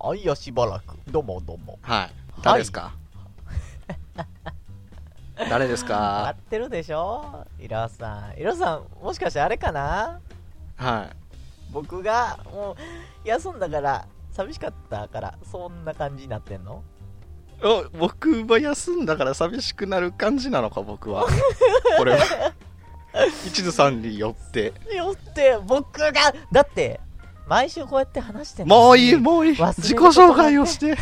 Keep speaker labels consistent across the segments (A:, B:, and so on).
A: あいやしばらくどうもどうも
B: はい誰ですか、誰です
A: 合
B: か
A: ってるでしょイロハさんイロハさんもしかしてあれかな
B: はい
A: 僕がもう休んだから寂しかったからそんな感じになってんの
B: お僕は休んだから寂しくなる感じなのか僕 はこれは一途さんによって
A: よって僕がだって毎週こうやって話してんの
B: もういいもういい
A: 忘れる
B: 自己紹介をして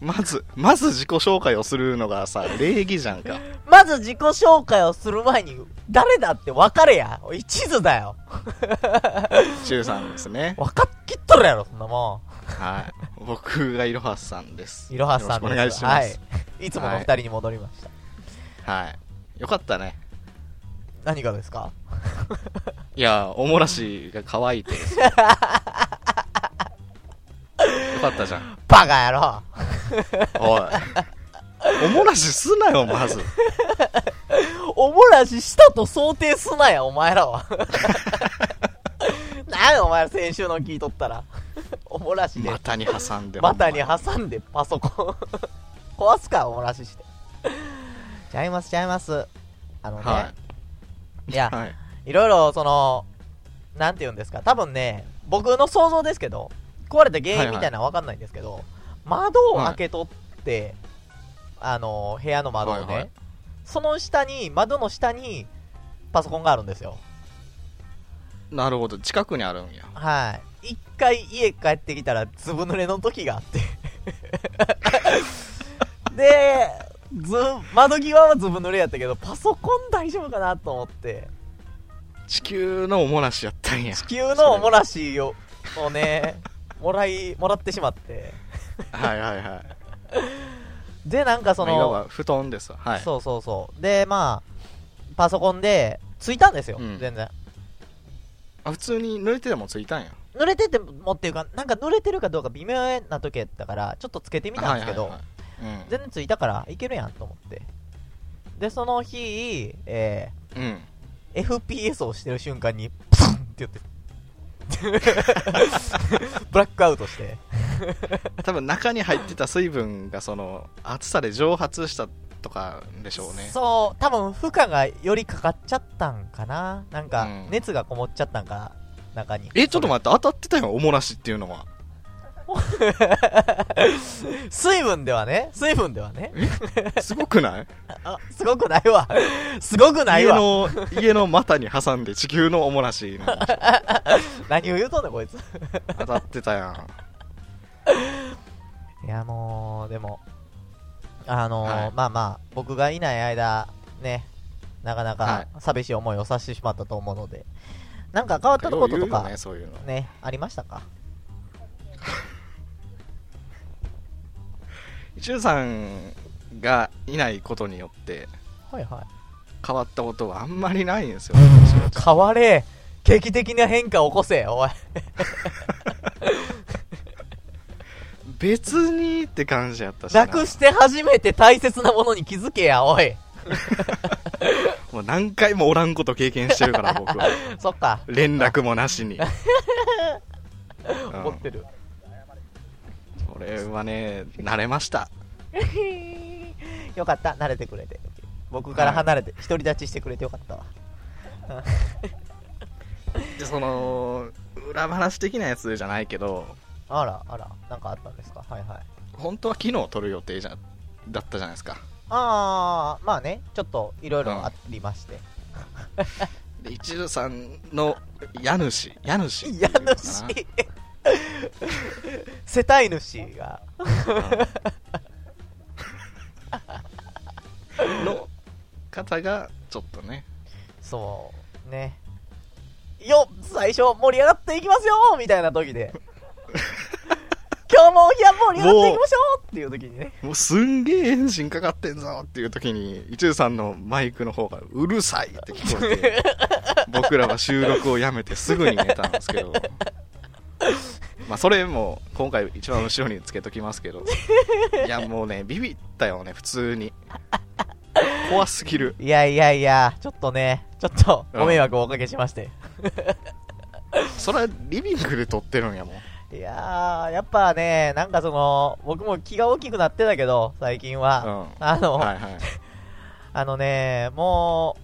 B: まずまず自己紹介をするのがさ礼儀じゃんか
A: まず自己紹介をする前に誰だって分かれや一途だよ
B: 中さんですね
A: 分かっきっとるやろそんなも
B: はい僕がいろはさんです
A: んイロハさんです
B: よろしくお願いします
A: はい、いつもの二人に戻りました、
B: はい、よかったね
A: 何がですか
B: いやおもらしが 可愛いてよかったじゃん
A: バカ野郎
B: おいおもらしすなよまず
A: おもらししたと想定すなや、お前ら は。なんやお前ら先週の聞いとったら。おもらしで、
B: 股に挟んで
A: 股に挟んでパソコン。壊すか、おもらしして。ちゃいます、ちゃいます。あのね、、
B: はい
A: や、
B: はい
A: いろいろ、その、なんて言うんですか、多分ね、僕の想像ですけど、壊れた原因みたいなのはわかんないんですけど、窓を開けとって、あの、部屋の窓をね、
B: はいはい
A: その下に、窓の下に、パソコンがあるんですよ。
B: なるほど近くにあるんや
A: はい。一回家帰ってきたら、ずぶ濡れの時があって。 で、ず、窓際はずぶ濡れやったけど、パソコン大丈夫かなと思って。
B: 地球のおもらしやったんや
A: 地球のおもらしををねもらいもらってしまって
B: はいはいはい
A: でなんかそ
B: そのいわ
A: の、
B: ば布団ですはい
A: そうそうそうでまあパソコンでついたんですよ、
B: うん
A: 全然
B: あ普通に濡れててもついたんや
A: 濡れててもっていうかなんか濡れてるかどうか微妙な時やったからちょっとつけてみたんですけど、
B: はいはいはい
A: 全然ついたからいけるやんと思ってでその日、え
B: うん、うん、
A: ー FPS をしてる瞬間にプンって 言ってブラックアウトして
B: 多分中に入ってた水分がその暑さで蒸発したとかでしょうね
A: そう多分負荷がよりかかっちゃったんかななんか
B: うん
A: 熱がこもっちゃったんかな中に
B: えちょっと待って当たってたよおもらしっていうのは
A: 水分ではね水分ではね
B: すごくない
A: あすごくないわ すごくない
B: 家
A: わ
B: の家の股に挟んで地球のおもらしなんだ
A: 何を言うとんねんこいつ
B: 当たってたやん
A: いやもうでもあのー
B: はい
A: まあまあ僕がいない間ねなかな
B: は
A: か
B: い
A: 寂しい思いをさせてしまったと思うので、なんか変わったことと
B: よう言う
A: か
B: よねそういうの
A: ねありましたか
B: 一流さんがいないことによって
A: はいはい
B: 変わったことはあんまりないんですよ
A: 変われ劇的な変化を起こせおい
B: 別にって感じやったしな
A: なくして初めて大切なものに気づけや、おい。
B: もう何回もおらんこと経験してるから 僕は
A: そっか、
B: 連絡もな しに、うん
A: 思ってる。
B: これはね慣れました
A: よかった、慣れてくれて。僕から離れて、独り立ちしてくれてよかったわ。
B: でその裏話的なやつじゃないけど
A: あら、あら、なんかあったんですかはいはい。
B: 本当は昨日撮る予定じゃだったじゃないですか
A: あー、まあね、ちょっといろいろ
B: うん
A: ありまして。
B: で一流さんの家主家主っていう
A: 家
B: のかな
A: 主 世帯主が、
B: の方がちょっとね
A: そう、ね。よっ最初盛り上がっていきますよみたいな時 で今日もいや盛り上がっていきましょうっていう時にね
B: もうすんげえエンジンかかってんぞっていう時に一流さんのマイクの方がうるさいって聞こえて僕らは収録をやめてすぐに寝たんですけどまあそれも今回一番後ろにつけときますけどいやもうねビビったよね普通に怖すぎる
A: いやいやいや、ちょっとね、ちょっと
B: うん
A: ご迷惑をおかけしまして。
B: それはリビングで撮ってるんやもん
A: いやー、やっぱね、なんかその、僕も気が大きくなってたけど、最近は。
B: う
A: あの、
B: はいはい。
A: あのね、も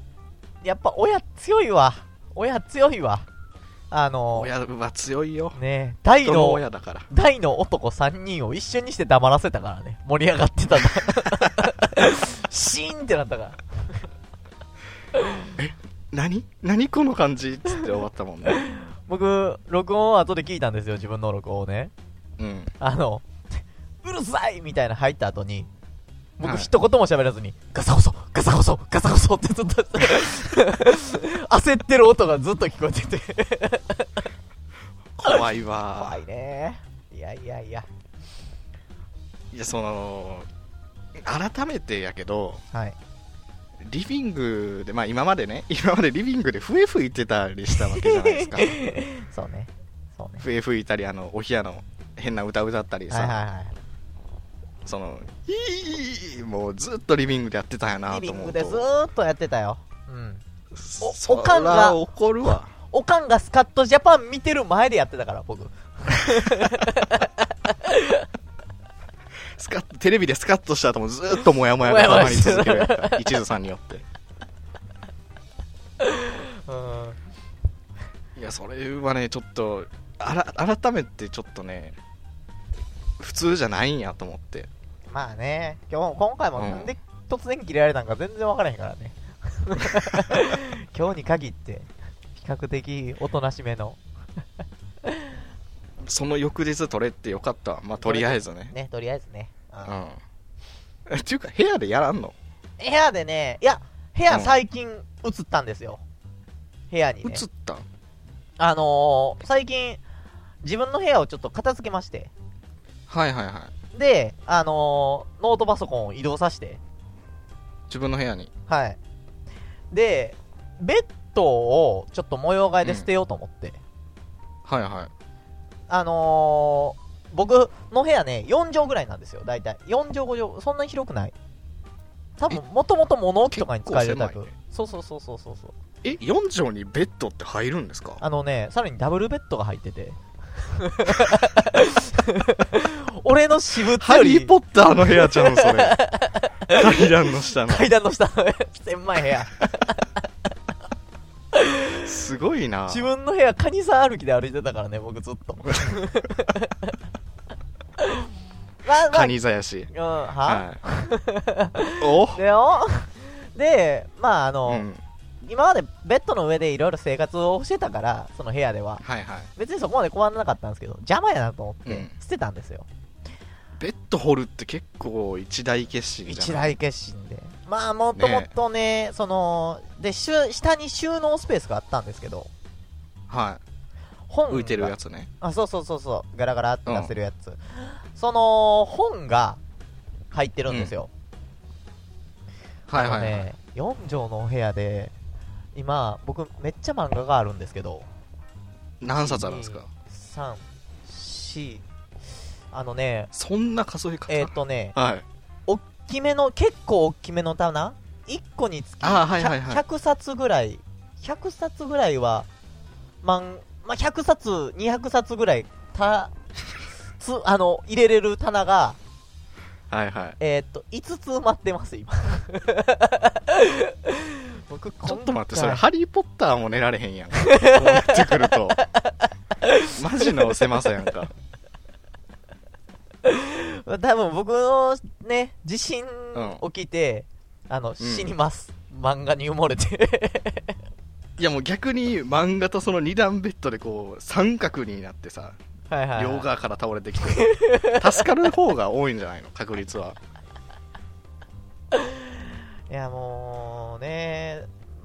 A: う、やっぱ親強いわ。親強いわ。あの、
B: 親は強いよ。
A: ね、大
B: 人の
A: の、
B: 親だから。
A: 大の男3人を一瞬にして黙らせたからね。盛り上がってたんだ。 シーンってなったから。
B: 何何この感じっつって終わったもんね。
A: 僕、録音を後で聞いたんですよ、自分の録音をね。
B: うん。
A: あの、うるさいみたいな入った後に、僕
B: はい
A: 一言も喋らずに、ガサゴソ、ガサゴソ、ガサゴソってずっと、焦ってる音がずっと聞こえてて。
B: 怖いわ。
A: 怖いね。いやいやいや。
B: いや、その、改めてやけど、
A: はい。
B: リビングで、まあ今までね、 今までリビングで笛吹いてたりしたわけじゃないですか。
A: そうね。そうね。
B: 笛吹いたり、あの、お部屋の変な歌歌ったりさ、
A: はいはいはい。
B: その、いいいいもうずっとリビングでやってたんやな
A: リビ
B: と
A: ン
B: 思
A: グ
B: う
A: でず
B: と。
A: ーっとやってたよ。うん。お
B: そ
A: おかんが
B: そら怒るわ。
A: おかんがスカットジャパン見てる前でやってたから、僕。
B: スカッテレビでスカッとした後もずっとモヤモヤが
A: モヤ
B: た
A: モ
B: ま
A: ヤ
B: り
A: してる
B: 続けるやった一途さんによって
A: うん。
B: いやそれはねちょっとあら改めてちょっとね普通じゃないんやと思って
A: まあね、今日、今回も
B: うん
A: なんで突然切れられたんか全然わからへんからね。 今日に限って、比較的おとなしめの、
B: その翌日取れてよかったわまあとりあえずね
A: ね、とりあえずね。う
B: うんんえっていうか部屋でやらんの
A: 部屋でね、いや、部屋最近移ったんですよ。部屋に
B: 映
A: ね
B: っ。た
A: あのー、最近、自分の部屋をちょっと片付けまして。
B: はいはいはい
A: で、あのー、ノートパソコンを移動させて。
B: 自分の部屋に
A: はい。で、ベッドをちょっと模様替えで捨てようと思って。
B: はいは
A: あのー、僕の部屋ね、4畳ぐらいなんですよ、大体。4畳、5畳、そんなに広くない。多分、もともと物置とかに使えるタイプ。
B: 結構
A: そうそうそうそうそうそう。
B: いえ4畳にベッドって入るんですか
A: あのね、さらにダブルベッドが入って て。俺の私物
B: ハ
A: よ
B: リー・
A: り
B: ポッターの部屋ちゃうんそ れ階段の下の
A: 階段の下の狭い部屋。
B: すごいな
A: 自分の部屋、カニさん歩きで歩いてたからね、僕ずっ と。まあまあ
B: カニ座やし
A: うん、は、
B: はい、お
A: でよ。で、まあ、あの、
B: うん、
A: 今までベッドの上でいろいろ生活をしてたから、その部屋では。
B: はいはい
A: 別にそこまで困らなかったんですけど、邪魔やなと思っ
B: う
A: て
B: ん
A: 捨てたんですよ。
B: ベッド掘るって結構一大決心じゃん
A: 一大決心で。まあ、もともとね、その、で、しゅ下に収納スペースがあったんですけど、
B: はい
A: 本が
B: 浮いてるやつね
A: あ、そうそうそうそう、ガラガラって出せるやつ。その、本が入ってるんですよ。
B: はいはいはい、
A: あのね、4畳のお部屋で、今、僕、めっちゃ漫画があるんですけど、
B: 何冊あるんですか
A: 3、4、あのね、
B: そんな数え方
A: えっ、とね、
B: はい
A: 大きめの、結構大きめの棚 ?1 個につき、
B: あーはいはいはい
A: 100 100冊ぐらい、100冊ぐらいは、まん、まあ、100冊、200冊ぐらい、た、つ、あの、入れれる棚が、
B: はいはい
A: えーっと、5つ埋まってます、今。 僕、
B: ちょっと待ってそ
A: 今
B: れ
A: 回
B: ハリー・ポッターも寝られへんやんかこうなってくる とマジの狭さやんか
A: 多分僕のね、地震
B: ん
A: 起きて、あの、死にます。漫画に埋もれ て。
B: いやもう逆に漫画とその二段ベッドでこう三角になってさ
A: はいはいはい。
B: 両側から倒れてきて助かる方が多いんじゃないの確率はい
A: やもうね、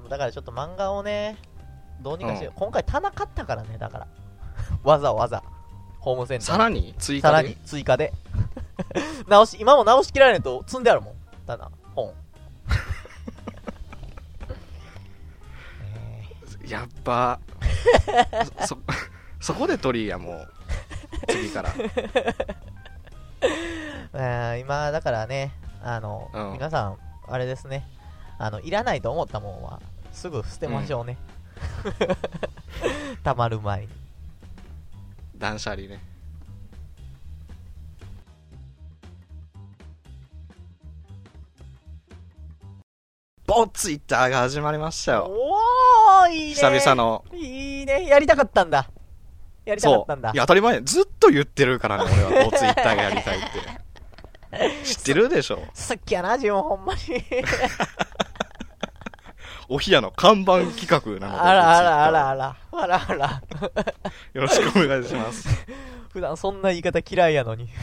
A: だからちょっと漫画をね、どうにかしよう。今回棚買ったからね、だから。わざわざ、ホームセンター
B: さらに追
A: さ
B: 加
A: ら
B: で
A: に追加で。 直し、今も直しきられないと積んであるもん。棚、本。ね
B: やっぱそ そそこで取りやもう次から
A: えまあ今、だからね、あの、
B: うん
A: 皆さん、あれですね、あの、いらないと思ったもんは、すぐ捨てましょうね。 たまる前に。
B: 断捨離ねボッツイッターが始まりましたよ。
A: おー、いいね。
B: 久々の。
A: いいね。やりたかったんだ。やりたかったんだ。
B: いや、当たり前。ずっと言ってるからね、俺は。ボツイッターがやりた いって。知ってるでしょ。
A: さっきやな、自分ほんま に。
B: お冷やの看板企画なので。
A: あらあらあ
B: ボ
A: らあら。あ
B: ツイッターは
A: らあら。
B: よろしくお願いし ます。
A: 普段そんな言い方嫌いやのに。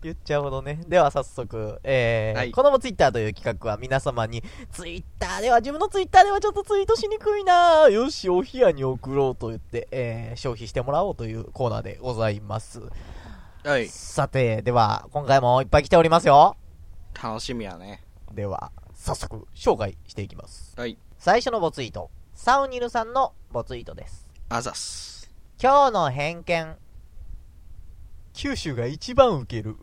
A: 言っちゃうほどね。では早速、えー
B: はい
A: このもツイッターという企画は皆様に、ツイッターでは、自分のツイッターではちょっとツイートしにくいなぁよし、お冷やに送ろうと言って、えー消費してもらおうというコーナーでございます。
B: はい。
A: さて、では、今回もいっぱい来ておりますよ。
B: 楽しみやね。
A: では、早速、紹介していきます。
B: はい。
A: 最初のボツイート、サウニルさんのボツイートです。
B: あざっす。
A: 今日の偏見九州が一番ウケる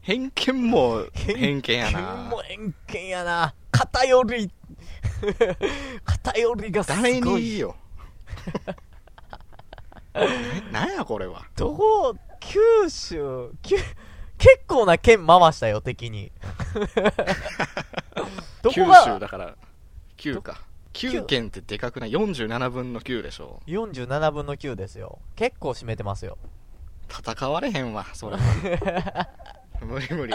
B: 偏見も偏見や
A: 偏見
B: な
A: も。偏見やな偏り 偏りがすごい
B: 誰にいい よ。えなんやこれは。
A: どう九州きゅ結構な県回したよ敵 にど
B: 九
A: こ
B: 州
A: が
B: だから、9か。9県ってでかくない ?47 分の9でしょ。
A: 47分の9ですよ結構占めてますよ
B: 戦われへんわ、それは。 無理無理。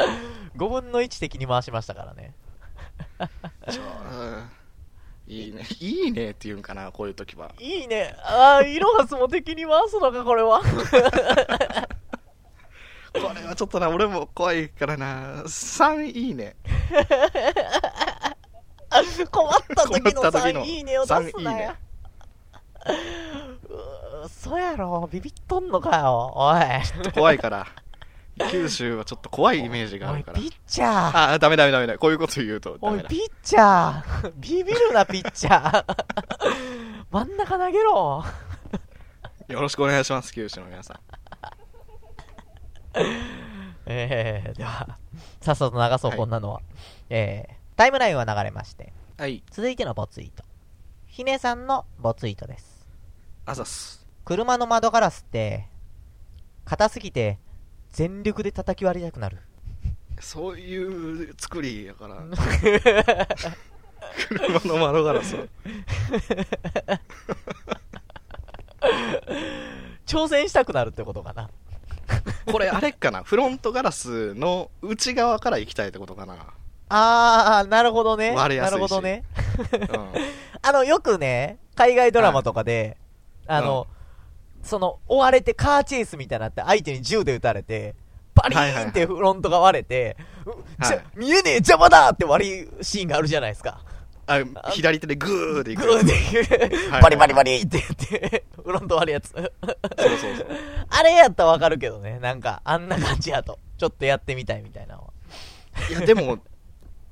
A: 5分の1敵に回しましたからね
B: ちょうんいいね。いいねって言うんかな、こういう時は。
A: いいねああイロハスも敵に回すのかこれは
B: これはちょっとな、俺も怖いからな。3いいね。
A: 困った時の
B: 困った時の
A: 3いいねを出す
B: 三いい
A: な
B: ね
A: よ。 うーそやろ、ビビっとんのかよ、おい。
B: 怖いから。九州はちょっと怖いイメージがあ
A: お
B: る
A: い、
B: から
A: ピ。ッチャー。
B: ああ、ダメダメダメダメ。こういうこと言うとダ
A: お
B: メ
A: い、
B: だ。
A: ピッチャー。 ビビるな、ピッチャー。 真ん中投げろ。
B: よろしくお願いします、九州の皆さん。
A: えー、では、さっさと流そう、
B: はい
A: こんなのは。えー、タイムラインは流れまして、
B: はい、
A: 続いてのボツイート。ひねさんのボツイートです。
B: あざっす。
A: 車の窓ガラスって硬すぎて全力で叩き割りたく なる
B: そういう作りや から。車の窓ガラスを。
A: 挑戦したくなるってことかな
B: これあれかなフロントガラスの内側から行きたいってことかな。
A: あーなるほどね
B: 割れやすい
A: な
B: し
A: るほどね
B: うん。
A: あのよくね海外ドラマとかで、あの、その追われてカーチェイスみたいになって相手に銃で撃たれてバリーンってフロントが割れて、う
B: はい
A: じゃ見えねえ邪魔だって割るシーンがあるじゃないですか
B: あ、左手でグーで行
A: グ
B: く。
A: ーって言う
B: はい
A: バリバリバリって言ってフロント割るやつ
B: そうそうそう。
A: あれやったらわかるけどね。なんか、あんな感じやと。ちょっとやってみたいみたいなのは。
B: いやでも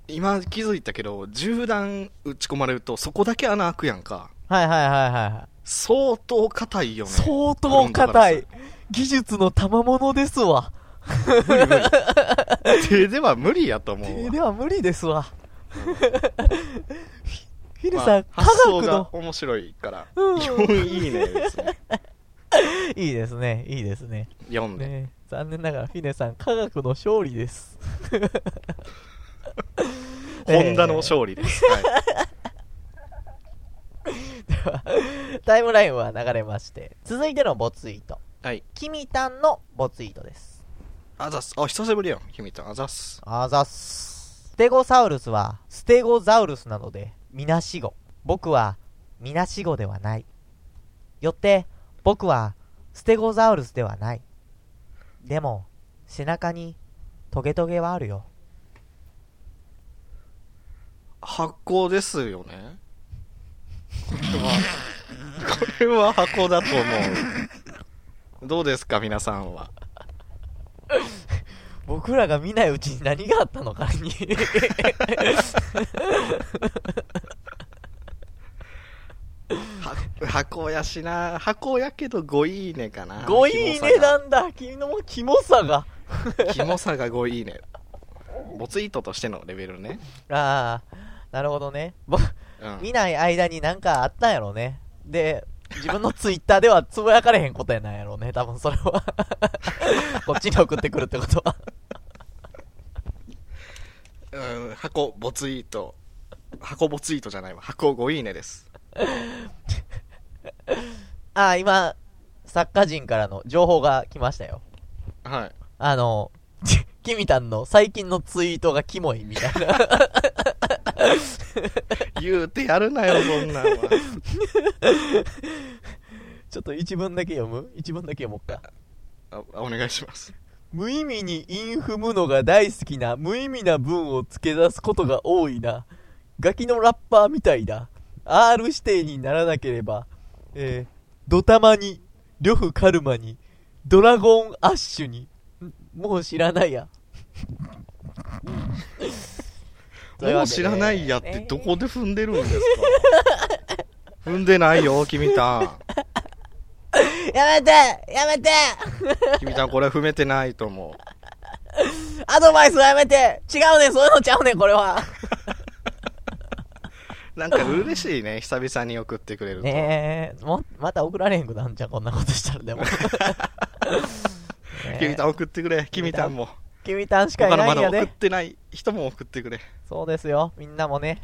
B: 今気づいたけど銃弾打ち込まれるとそこだけ穴開くやんか
A: はいはいはいはいはい。
B: 相当硬いよね
A: 相当硬い。技術の賜物ですわ。
B: 無理無 理手では無理やと思う
A: 手
B: わ
A: では無理ですわ。ヒル
B: まあ
A: さん、科
B: 発想
A: 学
B: が
A: の。
B: 面白いから
A: うん
B: 4いいねですね
A: いいですね、いいですね。
B: 4 ね
A: ね残念ながら、ヒネさん、科学の勝利 です。
B: ホンダの勝利です、はい
A: タイムラインは流れまして。続いてのボツイート。
B: はい
A: キミタンのボツイートです。
B: あざっすあ久しぶりやん君とあざっす
A: あざっす。ステゴサウルスはステゴザウルスなので、みなしご。僕はみなしごではない。よって、僕はステゴザウルスではない。でも、背中にトゲトゲはあるよ。
B: 箱ですよねこれはこれは箱だと思うどうですか皆さんは
A: 僕らが見ないうちに何があったのかに。
B: は箱やしな箱やけど5いいねかな
A: ごいいねなんだ。君のキモさが。
B: キモさが5いいねボツイートとしてのレベルね、
A: ああ、なるほどね。ぼ
B: うん、
A: 見ない間になんかあったんやろね。で、自分のツイッターでは つぶやかれへん ことやなんやろね。多分それは。こっちに送ってくるってことは。
B: 箱ボツイート箱ボツイートじゃないわ箱ごいいねです
A: あー、今、作家人からの情報が来ましたよ。
B: はい
A: あの、 キミタンの最近のツイートがキモいみたいな。
B: 言うてやるなよそんなんは
A: ちょっと一文だけ読む一文だけ読もうか。
B: あお願いします
A: 無意味にインフムのが大好きな無意味な文を付け出すことが多いなガキのラッパーみたいだ R 指定にならなければえー、ドタマに呂布カルマにドラゴンアッシュにんもう知らないや
B: もう知らないやってどこで踏んでるんですか 踏んでないよ君たん
A: やめてやめて
B: 君たんこれ踏めてないと思う
A: アドバイスはやめて違うねんそういうのちゃうねんこれは
B: なんか嬉しいね、久々に送ってくれると。
A: ねえもまた送られへんくなんじゃんこんなことしたらでもねえ
B: 君たん送ってくれ、君たんも。
A: 君たんしか
B: 他
A: い
B: の
A: な
B: ま
A: いん
B: だ
A: や
B: 送っ
A: で。
B: てない人も送ってくれ。
A: そうですよ。みんなもね、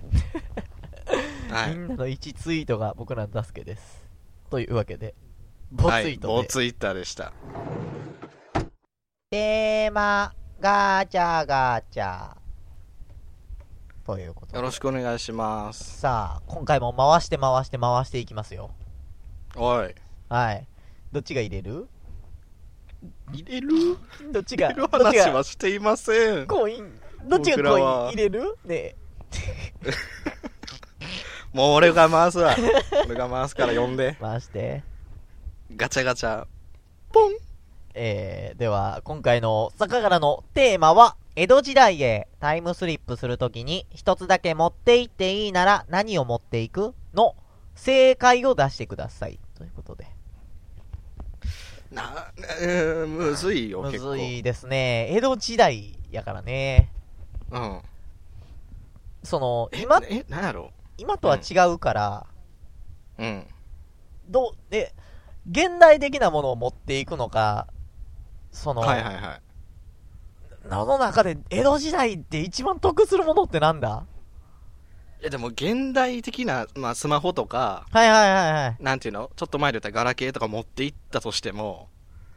B: は
A: み
B: い。
A: んなの1ツイートが僕らの助けです。というわけで、ボツイートで、
B: はい、ボツイッターでした。
A: テーマ、ガチャガチャ。ということで。
B: よろしくお願いします。
A: さあ、今回も回して回して回していきますよ。
B: おい。
A: はい。どっちが入れる
B: 入れる
A: どっち
B: 入
A: が、
B: れる
A: どっち
B: 話
A: が
B: はしていません。
A: コイン、どっち
B: 僕
A: が
B: ら
A: コイン
B: は
A: 入れるねえ
B: もう俺が回すわ。俺が回すから呼んで。
A: 回して。
B: ガチャガチャ。ポン
A: えー、では、今回の坂からのテーマは、江戸時代へタイムスリップするときに、一つだけ持って行っていいなら何を持っていくの正解を出してください。ということで。
B: な、えー、むずいよ、
A: む
B: 結構。
A: ずいですね。江戸時代やからね。
B: うん。
A: その、今
B: 今、え、なんやろ
A: 今とは違うから、
B: うん。
A: どう、で、現代的なものを持っていくのか、その、
B: はいはいはい。
A: 世の中で江戸時代って一番得するものってなんだ
B: いやでも現代的な、まあスマホとか、
A: はいはいはいはい。
B: なんていうのちょっと前で言ったらガラケーとか持って行ったとしても、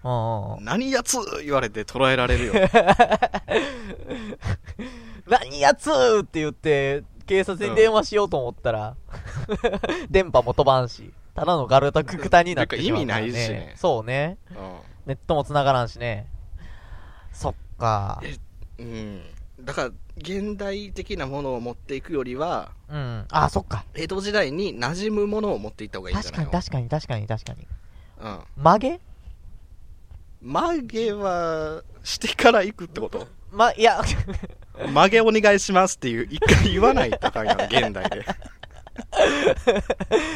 A: うんうんうん。
B: 何やつ言われて捉え られるよ。
A: 何やつーって言って、警察に電話しようと思ったら、 電波も飛ばんし、ただのガルタククタになってしまうから、ね。
B: なんか意味ないしね
A: そうね。ネットも繋がらんしね。そっか。
B: うん。うん。だから、現代的なものを持っていくよりは、
A: うん。あ、そっか。
B: 江戸時代に馴染むものを持っていった方がいいんじ
A: 確か
B: ゃない
A: に
B: の
A: 確かに確かに確かに。
B: うん。
A: 曲げ
B: 曲げは、してから行くってこと
A: ま、いや、
B: 曲げお願いしますっていう、一回言わないとあかんやん、現代で。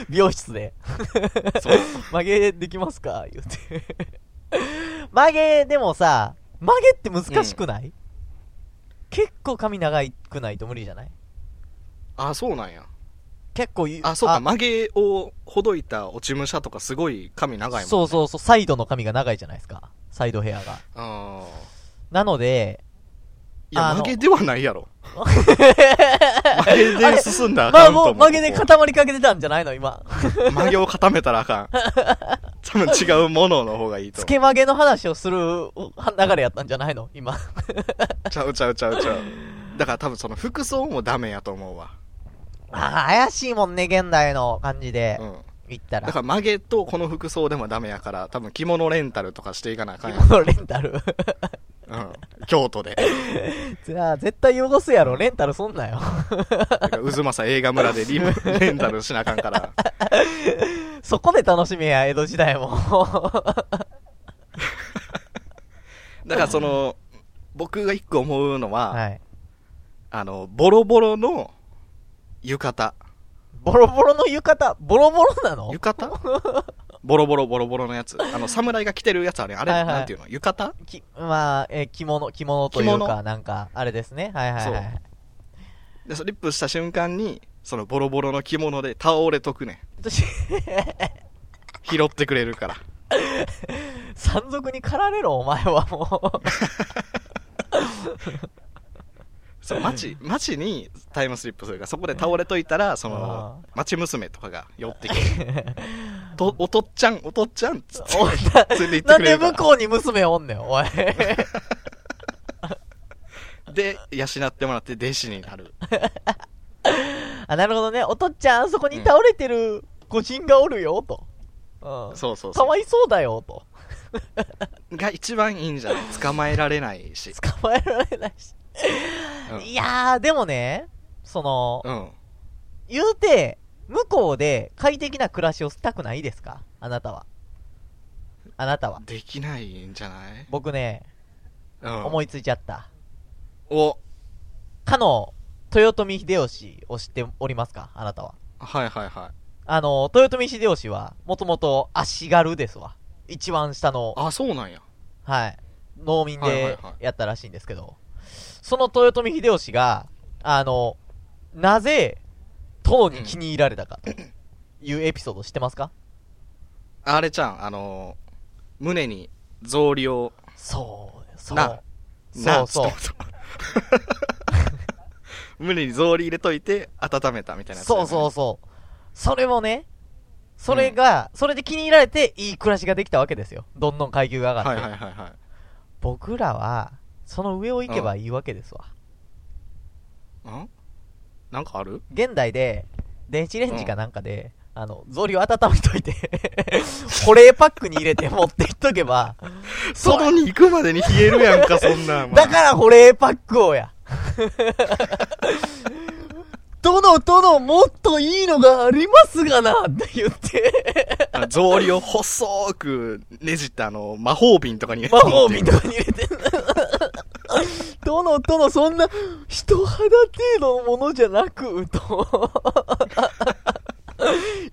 A: 美容室で。
B: そう。
A: 曲げできますか言って。曲げ、でもさ、曲げって難しくない、結構髪長くないと無理じゃない
B: あ、そうなんや。
A: 結構い
B: あ、そうか、曲げをほどいた落ち武者とかすごい髪長いもん、ね。
A: そうそうそう、サイドの髪が長いじゃないですか。サイドヘアが。
B: う。ん。
A: なので、
B: いや、
A: あの
B: 曲げではないやろ。曲げで進んだら
A: まあ
B: あかんと
A: も
B: 思
A: う
B: う。
A: 曲げで固まりかけてたんじゃないの今。
B: 曲げを固めたらあかん。多分違うものの方がいいと
A: つ
B: 思
A: け曲げの話をする流れやったんじゃないの今。
B: う。ちゃうちゃうちゃうちゃう。だから多分その服装もダメやと思うわ。
A: ああ、怪しいもんね、現代の感じで
B: う。ん。
A: 言った
B: だ
A: ら。
B: から曲げとこの服装でもダメやから、多分着物レンタルとかしていかなあかんや
A: 今のレンタル。
B: ん。うん。京都で。
A: じゃあ、絶対汚すやろ。レンタルそんなよ。
B: だから渦政映画村でリムレンタルしなあかんから。
A: そこで楽しみや、江戸時代 も。
B: だからその、僕が一個思うのは、
A: はい。
B: あの、ボロボロの浴衣。
A: ボロボロの浴衣、ボロボロなの
B: 浴衣ボロボロボロボロのやつ。あの、侍が着てるやつあれ、あれ、
A: はいはい
B: なんていうの浴衣
A: きまあ、えー着物、着物とい
B: 着
A: うか、
B: 物
A: なんか、あれですね。はいはいはい。
B: で、スリップした瞬間に、そのボロボロの着物で倒れとくねん。
A: 私、
B: 拾ってくれるから。
A: 山 賊に駆られろ、お前はもう。
B: そう 街街にタイムスリップするからそこで倒れといたらその町娘とかが寄ってきて 「とおとっちゃんおとっちゃん」っつって
A: お
B: 連れて行って
A: な
B: く
A: ん
B: れ
A: で
B: るか
A: 向こうに娘おんねん、 おい。
B: らで養ってもらって弟子に なる
A: あ、なるほどね。おとっちゃん、あそこに倒れてる個人がおるよ、と。うん。
B: そうそう
A: か
B: そ
A: わいそうだよ、と。
B: うが一番いいんじゃない捕まえられないし、
A: 捕まえられないし。
B: うん
A: いやー、でもね、その、
B: うん、
A: 言うて、向こうで快適な暮らしをしたくないですかあなたは。あなたは。
B: できないんじゃない、
A: 僕ね、
B: うん、
A: 思
B: い
A: いついちゃった。
B: お
A: かの、豊臣秀吉を知っておりますかあなたは。
B: はいはいはい
A: あの、豊臣秀吉は、もともと足軽ですわ。一番下の、
B: あそうなんや
A: はい、農民
B: はいはい
A: で
B: はい
A: やったらしいんですけど、その豊臣秀吉が、あの、なぜ、殿に気に入られたか、というエピソード知ってますか
B: あれちゃんあの胸に草履を
A: そう、そう。
B: な
A: そうそう
B: な。ちょっと待って 胸に草履入れといて温めたみたいなやつだよ
A: そう
B: ね
A: そうそう。それもね、それが、それで気に入られて、いい暮らしができたわけですよ。どんどん階級が上がって。
B: はいはいはいはい
A: 僕らは、その上を行けばいいわけですわ。
B: んなんかある
A: 現代で、電子レンジかなんかで、あの、草履を温めといて、 保冷パックに入れて持っていっとけば、
B: そのに行くまでに冷えるやん か、そんなん。
A: だから保冷パックをや。殿、殿、もっといいのがありますがなって言って、
B: ら、草履を細くねじって、あの、魔法瓶とかに入れて
A: 魔法瓶とかに入れて。殿、殿、そんな、人肌程度のものじゃなく、と。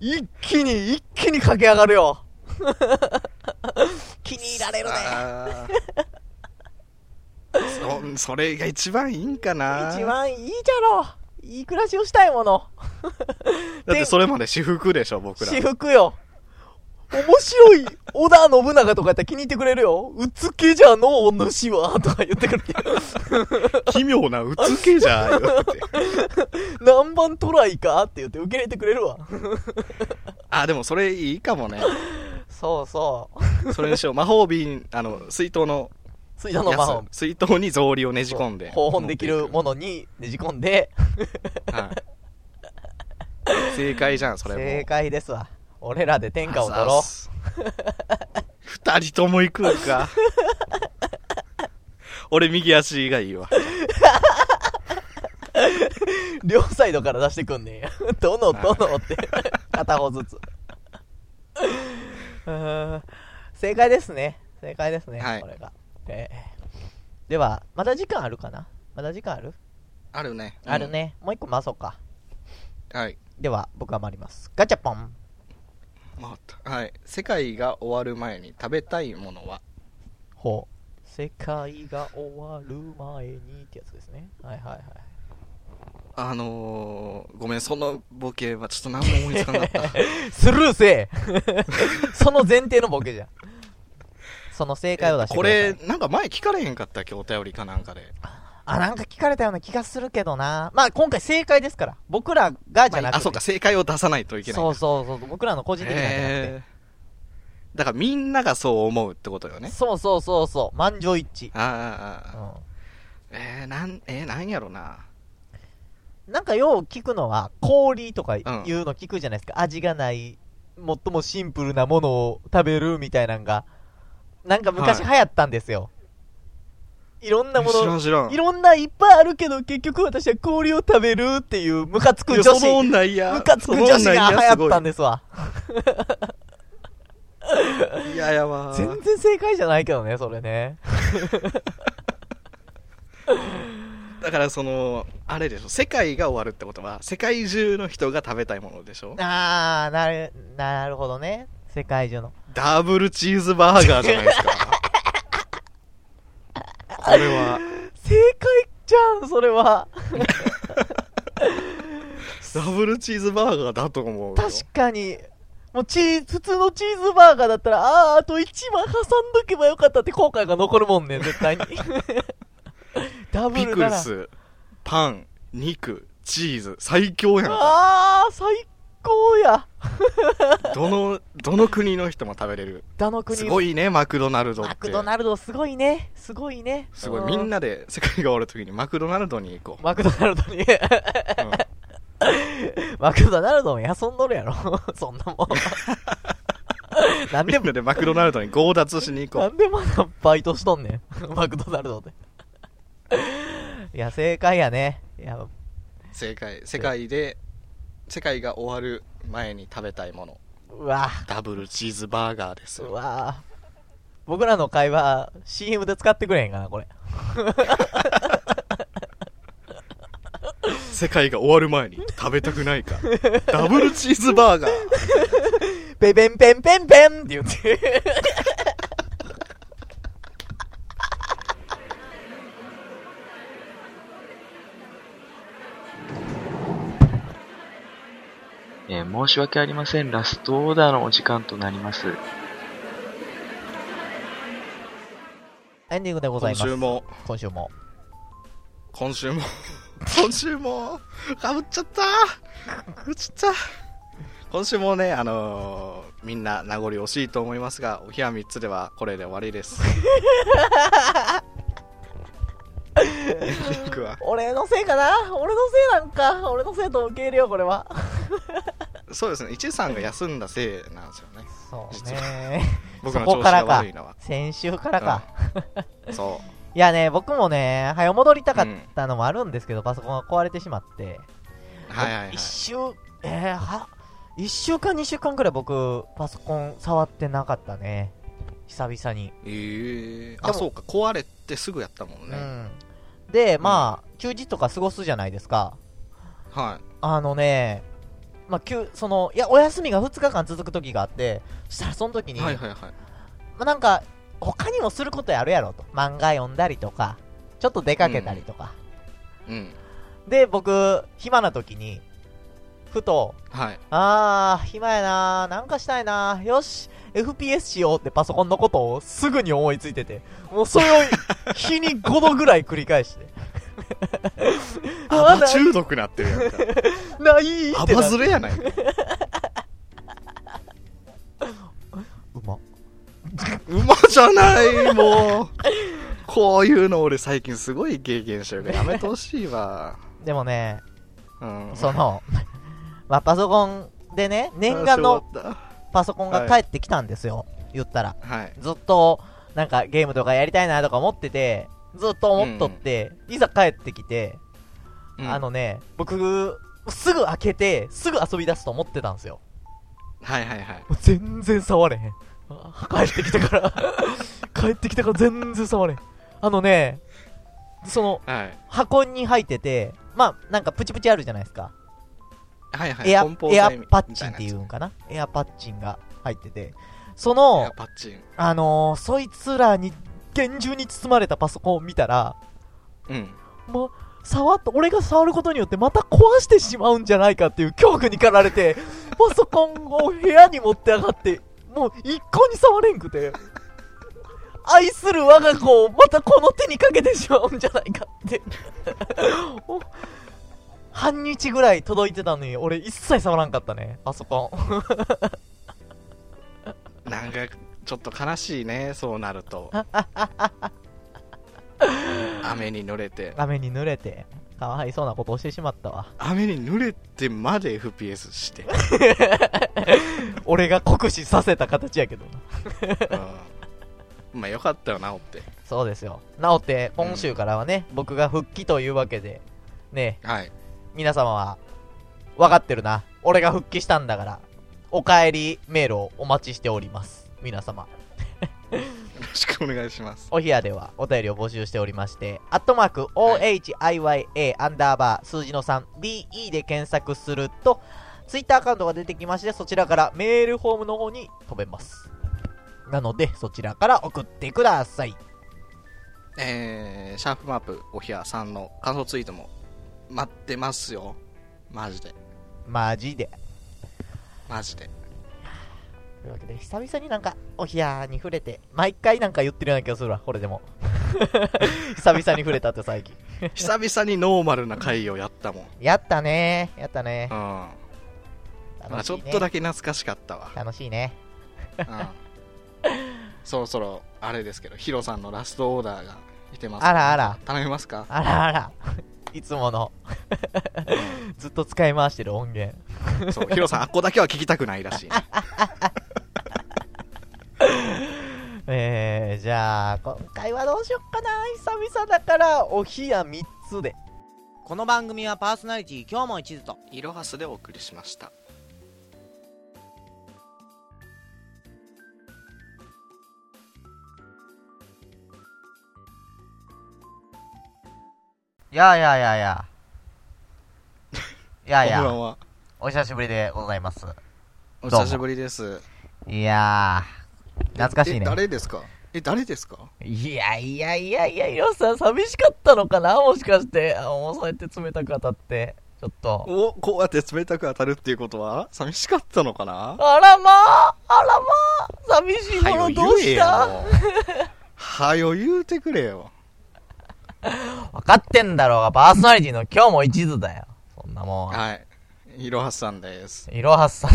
A: 一気に、一気に駆け上がるよ。気に入られるね。
B: あーそ それが一番いいんかな。
A: 一番いいじゃろ。いい暮らしをしたいもの。
B: だってそれまで私服でしょ、僕ら。
A: 私服よ。面白い織田信長とかやったら気に入ってくれるよ。うつけじゃのお主は、とか言ってくるけど。
B: 奇妙なうつけじゃ、言って。
A: 何番トライかって言って受け入れてくれるわ。
B: あ、でもそれいいかもね。
A: そうそう。
B: それにしよう。魔法瓶、あの、水筒の
A: 水道の魔
B: や
A: 法
B: つ、。水筒に草履をねじ込んで。
A: 保温できるも
B: の。
A: のにねじ込んで、
B: はい正解じゃん、それもう。
A: 正解ですわ。俺らで天下を取ろう。
B: 二人とも行くん か。俺右足がいいわ。
A: 両サイドから出してくんねんや。 どのどのって、 片方ず つ。 うーん正解ですね。正解ですね、
B: はい
A: これが。えーでは、まだ時間あるかなまだ時間ある、
B: あるね。
A: ある。ね。もう一個回そうか。
B: はい。
A: では、僕は回ります。ガチャポン。
B: 回ったはい。世界が終わる前に食べたいものは
A: ほう。世界が終わる前にってやつですね。はいはいはい。
B: あのー、ごめん、そのボケはちょっと何も思いつかなか った。
A: スルーせえ その前提のボケじゃん。その正解を出して
B: こ
A: くださ
B: れ
A: い。、
B: なんか前聞かれへんかったっけお便りかなんかで。
A: あ、なんか聞かれたような気がするけどな。まあ今回正解ですから。僕らがじゃなくて。
B: あ、そうか、正解を出さないといけない。
A: そうそうそう僕らの個人的なじゃなくて。
B: へーだからみんながそう思うってことよね。
A: そうそうそうそう。満場一致。
B: あーあー、あー
A: う
B: えー、なん、えー、なんやろな。
A: ん。なんかよう聞くのは、氷とかいうの聞くじゃないですか。味がない、最もシンプルなものを食べるみたいなんが。なんか昔流行ったんですよ。い、ろんなも
B: 知ら
A: の
B: ん、知らん。
A: いろんないっぱいあるけど、結局私は氷を食べるっていうムカつく
B: いや
A: 女
B: その
A: 子。
B: 女嫌。
A: ムカつく女子が流行ったんですわ。
B: す。いややわ。
A: 全然正解じゃないけどね、それね。
B: だからその、あれでしょ。世界が終わるってことは、世界中の人が食べたいものでしょ。
A: あー、なる、なるほどね。世界中の。
B: ダブルチーズバーガーじゃないで すか。これは、
A: 正解じゃん、それは。
B: ダブルチーズバーガーだと思うよ。
A: 確かに。もうチー普通のチーズバーガーだったら、あー、あと1枚挟んどけば よかったって後悔が残るもんね、絶対に。ダブ
B: ピ
A: ル
B: ク
A: な
B: ル
A: ら。
B: ス、パン、肉、チーズ、最強やんか。
A: あー、最高や。
B: どの、どの国の人も食べれる。
A: だの国。
B: すごいね、マクドナルドって。
A: マクドナルドすごいね。すごいね。
B: すごい、
A: う
B: みん。なで世界がおるときにマクドナルドに行こう。
A: マクドナルドに。
B: うん
A: マクドナルドも休んどるやろ。 そんな もん。なん
B: み
A: で
B: んなでマクドナルドに強奪しに行こ
A: な
B: う。
A: んでまだバイトしとんねん。 マクドナルドで。いや、正解やね。いや、
B: 正解。世界で、世界が終わる前に食べたいもの。
A: うわ
B: ダブルチーズバーガーです
A: う
B: よ。
A: わ僕らの会話、CM で使ってくれへんかな、これ。
B: 世界が終わる前に食べたくない か。ダブルチーズバーガー。
A: ペペンペンペンペンって言って。
C: えー申し訳ありません。ラストオーダーのお時間となります。
A: エンディングでござい
B: 今
A: ます。
B: 週。も、
A: 今週も。
B: 今週も、 今週も、かぶっちゃったかぶっちゃった今週もね、あのーみんな名残惜しいと思いますが、お部屋3つではこれで終わり です。エンディングは
A: 俺のせいかな俺のせいなんか。俺のせいと受け入れよう、これ は。
B: そうですね、一さんが休んだせいなんですよね。
A: そう
B: 実
A: ね。
B: 僕の
A: そこ
B: 調子
A: から
B: が
A: か
B: 悪いのは。
A: 先週からか。
B: そ
A: いやね、僕もね、早戻りたかったのもあるんですけど、パソコンが壊れてしまって。
B: う。はいはいはい
A: 一。週、えー、は、一週間、二週間くらい僕、パソコン触ってなかったね。久々に。
B: えー、
A: で
B: あ、
A: も
B: そうか、壊れてすぐやったもん
A: う
B: ね。
A: ん。で、まあ、休日とか過ごすじゃないですか。
B: は
A: あのね、まあ、休、その、いや、お休みが2日間続く時があって、そしたらその時
B: い。
A: に、
B: はいはいはい。
A: まあ、なんか、他にもすることやるやろと。漫画読んだりとか、ちょっと出かけたりとか。
B: うん。
A: で、僕、暇な時に、ふと、
B: はい。
A: あー、暇やなー、なんかしたいなー、よし、FPS しようってパソコンのことをすぐに思いついてて、もうそれを日に5度ぐらい繰り返して。
B: あ
A: あ、
B: ば中毒なってるやんか。
A: な、ないってな
B: あばずれやないか。
A: うま。
B: 馬じゃないもうこういうの俺最近すごい経験してるからやめてほしいわ
A: でもね、
B: うん
A: その、まあ、パソコンでね、念願の
B: あしょうがな
A: パソコンが帰ってきたんですよ。言ったら。
B: いはい
A: ずっと、なんかゲームとかやりたいなとか思ってて、ずっと思っとって、いざ帰ってきて、
B: うん
A: あのね、僕、すぐ開けて、すぐ遊び出すと思ってたんですよ。
B: はいはいはい
A: もう全然触れへん。あ帰ってきてから、 帰ってきてから全然触れへん。あのね、その、
B: はい
A: 箱に入ってて、まあ、なんかプチプチあるじゃないですか。
B: はいはい
A: エア
B: 梱包、
A: エア
B: 材み
A: パッチンっていうんかな。エアパッチンが入ってて、そ
B: エ
A: の
B: ア、パッチン
A: あのー、そいつらに厳重に包まれたパソコンを見たら、
B: うん
A: ま、触っと、俺が触ることによってまた壊してしまうんじゃないかっていう恐怖に駆られて、パソコンを部屋に持って上がって、もう一向に触れんくて、愛する我が子をまたこの手にかけてしまうんじゃないかって。お半日ぐらい届いてたのに、俺一切触らんかったね、パソコン。
B: なんかちょっと悲しいねそうなると雨に濡れて
A: 画面に濡れて、かわいそうなことをしてしまったわ。
B: 雨に濡れてまで FPS して、
A: 俺が酷使させた形やけどな。
B: うん、まあよかったよなおって
A: そうですよ。なおって、今週からはね、僕が復帰というわけで、ね、
B: はい
A: 皆様は、分かってるな。俺が復帰したんだから、お帰りメールをお待ちしております。皆様。
B: よろしくお願いします
A: お部屋ではお便りを募集しておりまして、アットマーク、OHIYA アンダーバー数字の 3BE で検索すると、ツイッターアカウントが出てきまして、そちらからメールフォームの方に飛べます。なので、そちらから送ってください。
B: えー、シャープマップおひやさんの感想ツイートも待ってますよマジで
A: マジで。
B: マジで
A: というわけで久々になんかお部屋に触れて毎回なんか言ってるような気がするわこれでも 久々に触れたって最近。
B: 久々にノーマルな回をやったもん、うん、
A: やったねやったね。
B: まあ
A: 楽
B: ち
A: し
B: ょ
A: い
B: っ
A: ね。
B: とだけ懐かしかったわ、
A: 楽しいね。
B: うん、そろそろあれですけどヒロさんのラストオーダーが来てます
A: あらあら
B: 頼みますか
A: あらあら。 いつもの、ずっと使い回してる音源。
B: そうヒロさんあっこだけは聞きたくないらしいね
A: えー、じゃあ、今回はどうしよっかな。久々だから、お冷や3つで。
D: この番組はパーソナリティ今日も一途と
B: いろはすでお送りしました
A: やあやあやあやあ。やあや
B: こんばん
A: あ、
B: は
A: お久しぶりでございます。
B: お
A: うも
B: 久しぶりです
A: いやー、懐かしい
B: え
A: ね。
B: 誰ですかえ誰ですか
A: いやいやいやいや、よさん寂しかったのかなもしかして。あもうそうやって冷たく当たって。ちょっと。
B: おこうやって冷たく当たるっていうことは寂しかったのかな
A: あらまああらまあ寂しいもの
B: は
A: どうした
B: よ言えよもうはよ言うてくれよ
A: 分かってんだろうが、パーソナリティの今日も一途だよ。そんなもん。
B: はいいろはさんです
A: いろはさん。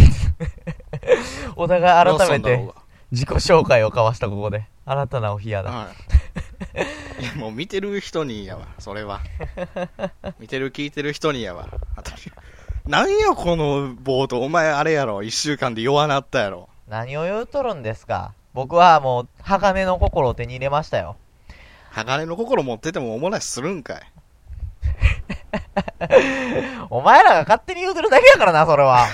A: お互い改め
B: ローソン
A: て
B: だろ
A: 自己紹介を交わしたここで。新たなお冷や
B: うが
A: だ。
B: はいいやもう見てる人にやわそれは見てる聞いてる人にやわ私なんやこのボートお前あれやろ1週間で弱なったやろ
A: 何を言うとるんですか僕はもう、鋼の心を手に入れましたよ。
B: 鋼の心持っててもおもらしするんかい
A: お前らが勝手に言うてるだけやからな、それは。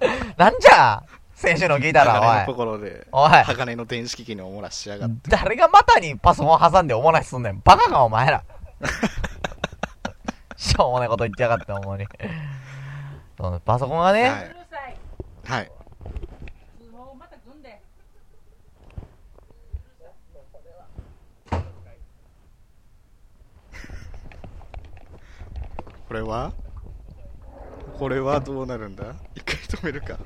A: おい。 なんじゃ選手の聞いた
B: 鋼の
A: ら、おい。
B: 心で
A: おい
B: 鋼の電子機器におもらししやがって
A: 誰が股にパソコン挟んでおもらしすんねん。バカか、お前 ら。しょうもないこと言ってやがって、ほんまに。そうパソコンがね、
B: はいう
E: るさい
B: はい
E: 通報また来んで
B: これはこれはどうなるんだ一回止めるか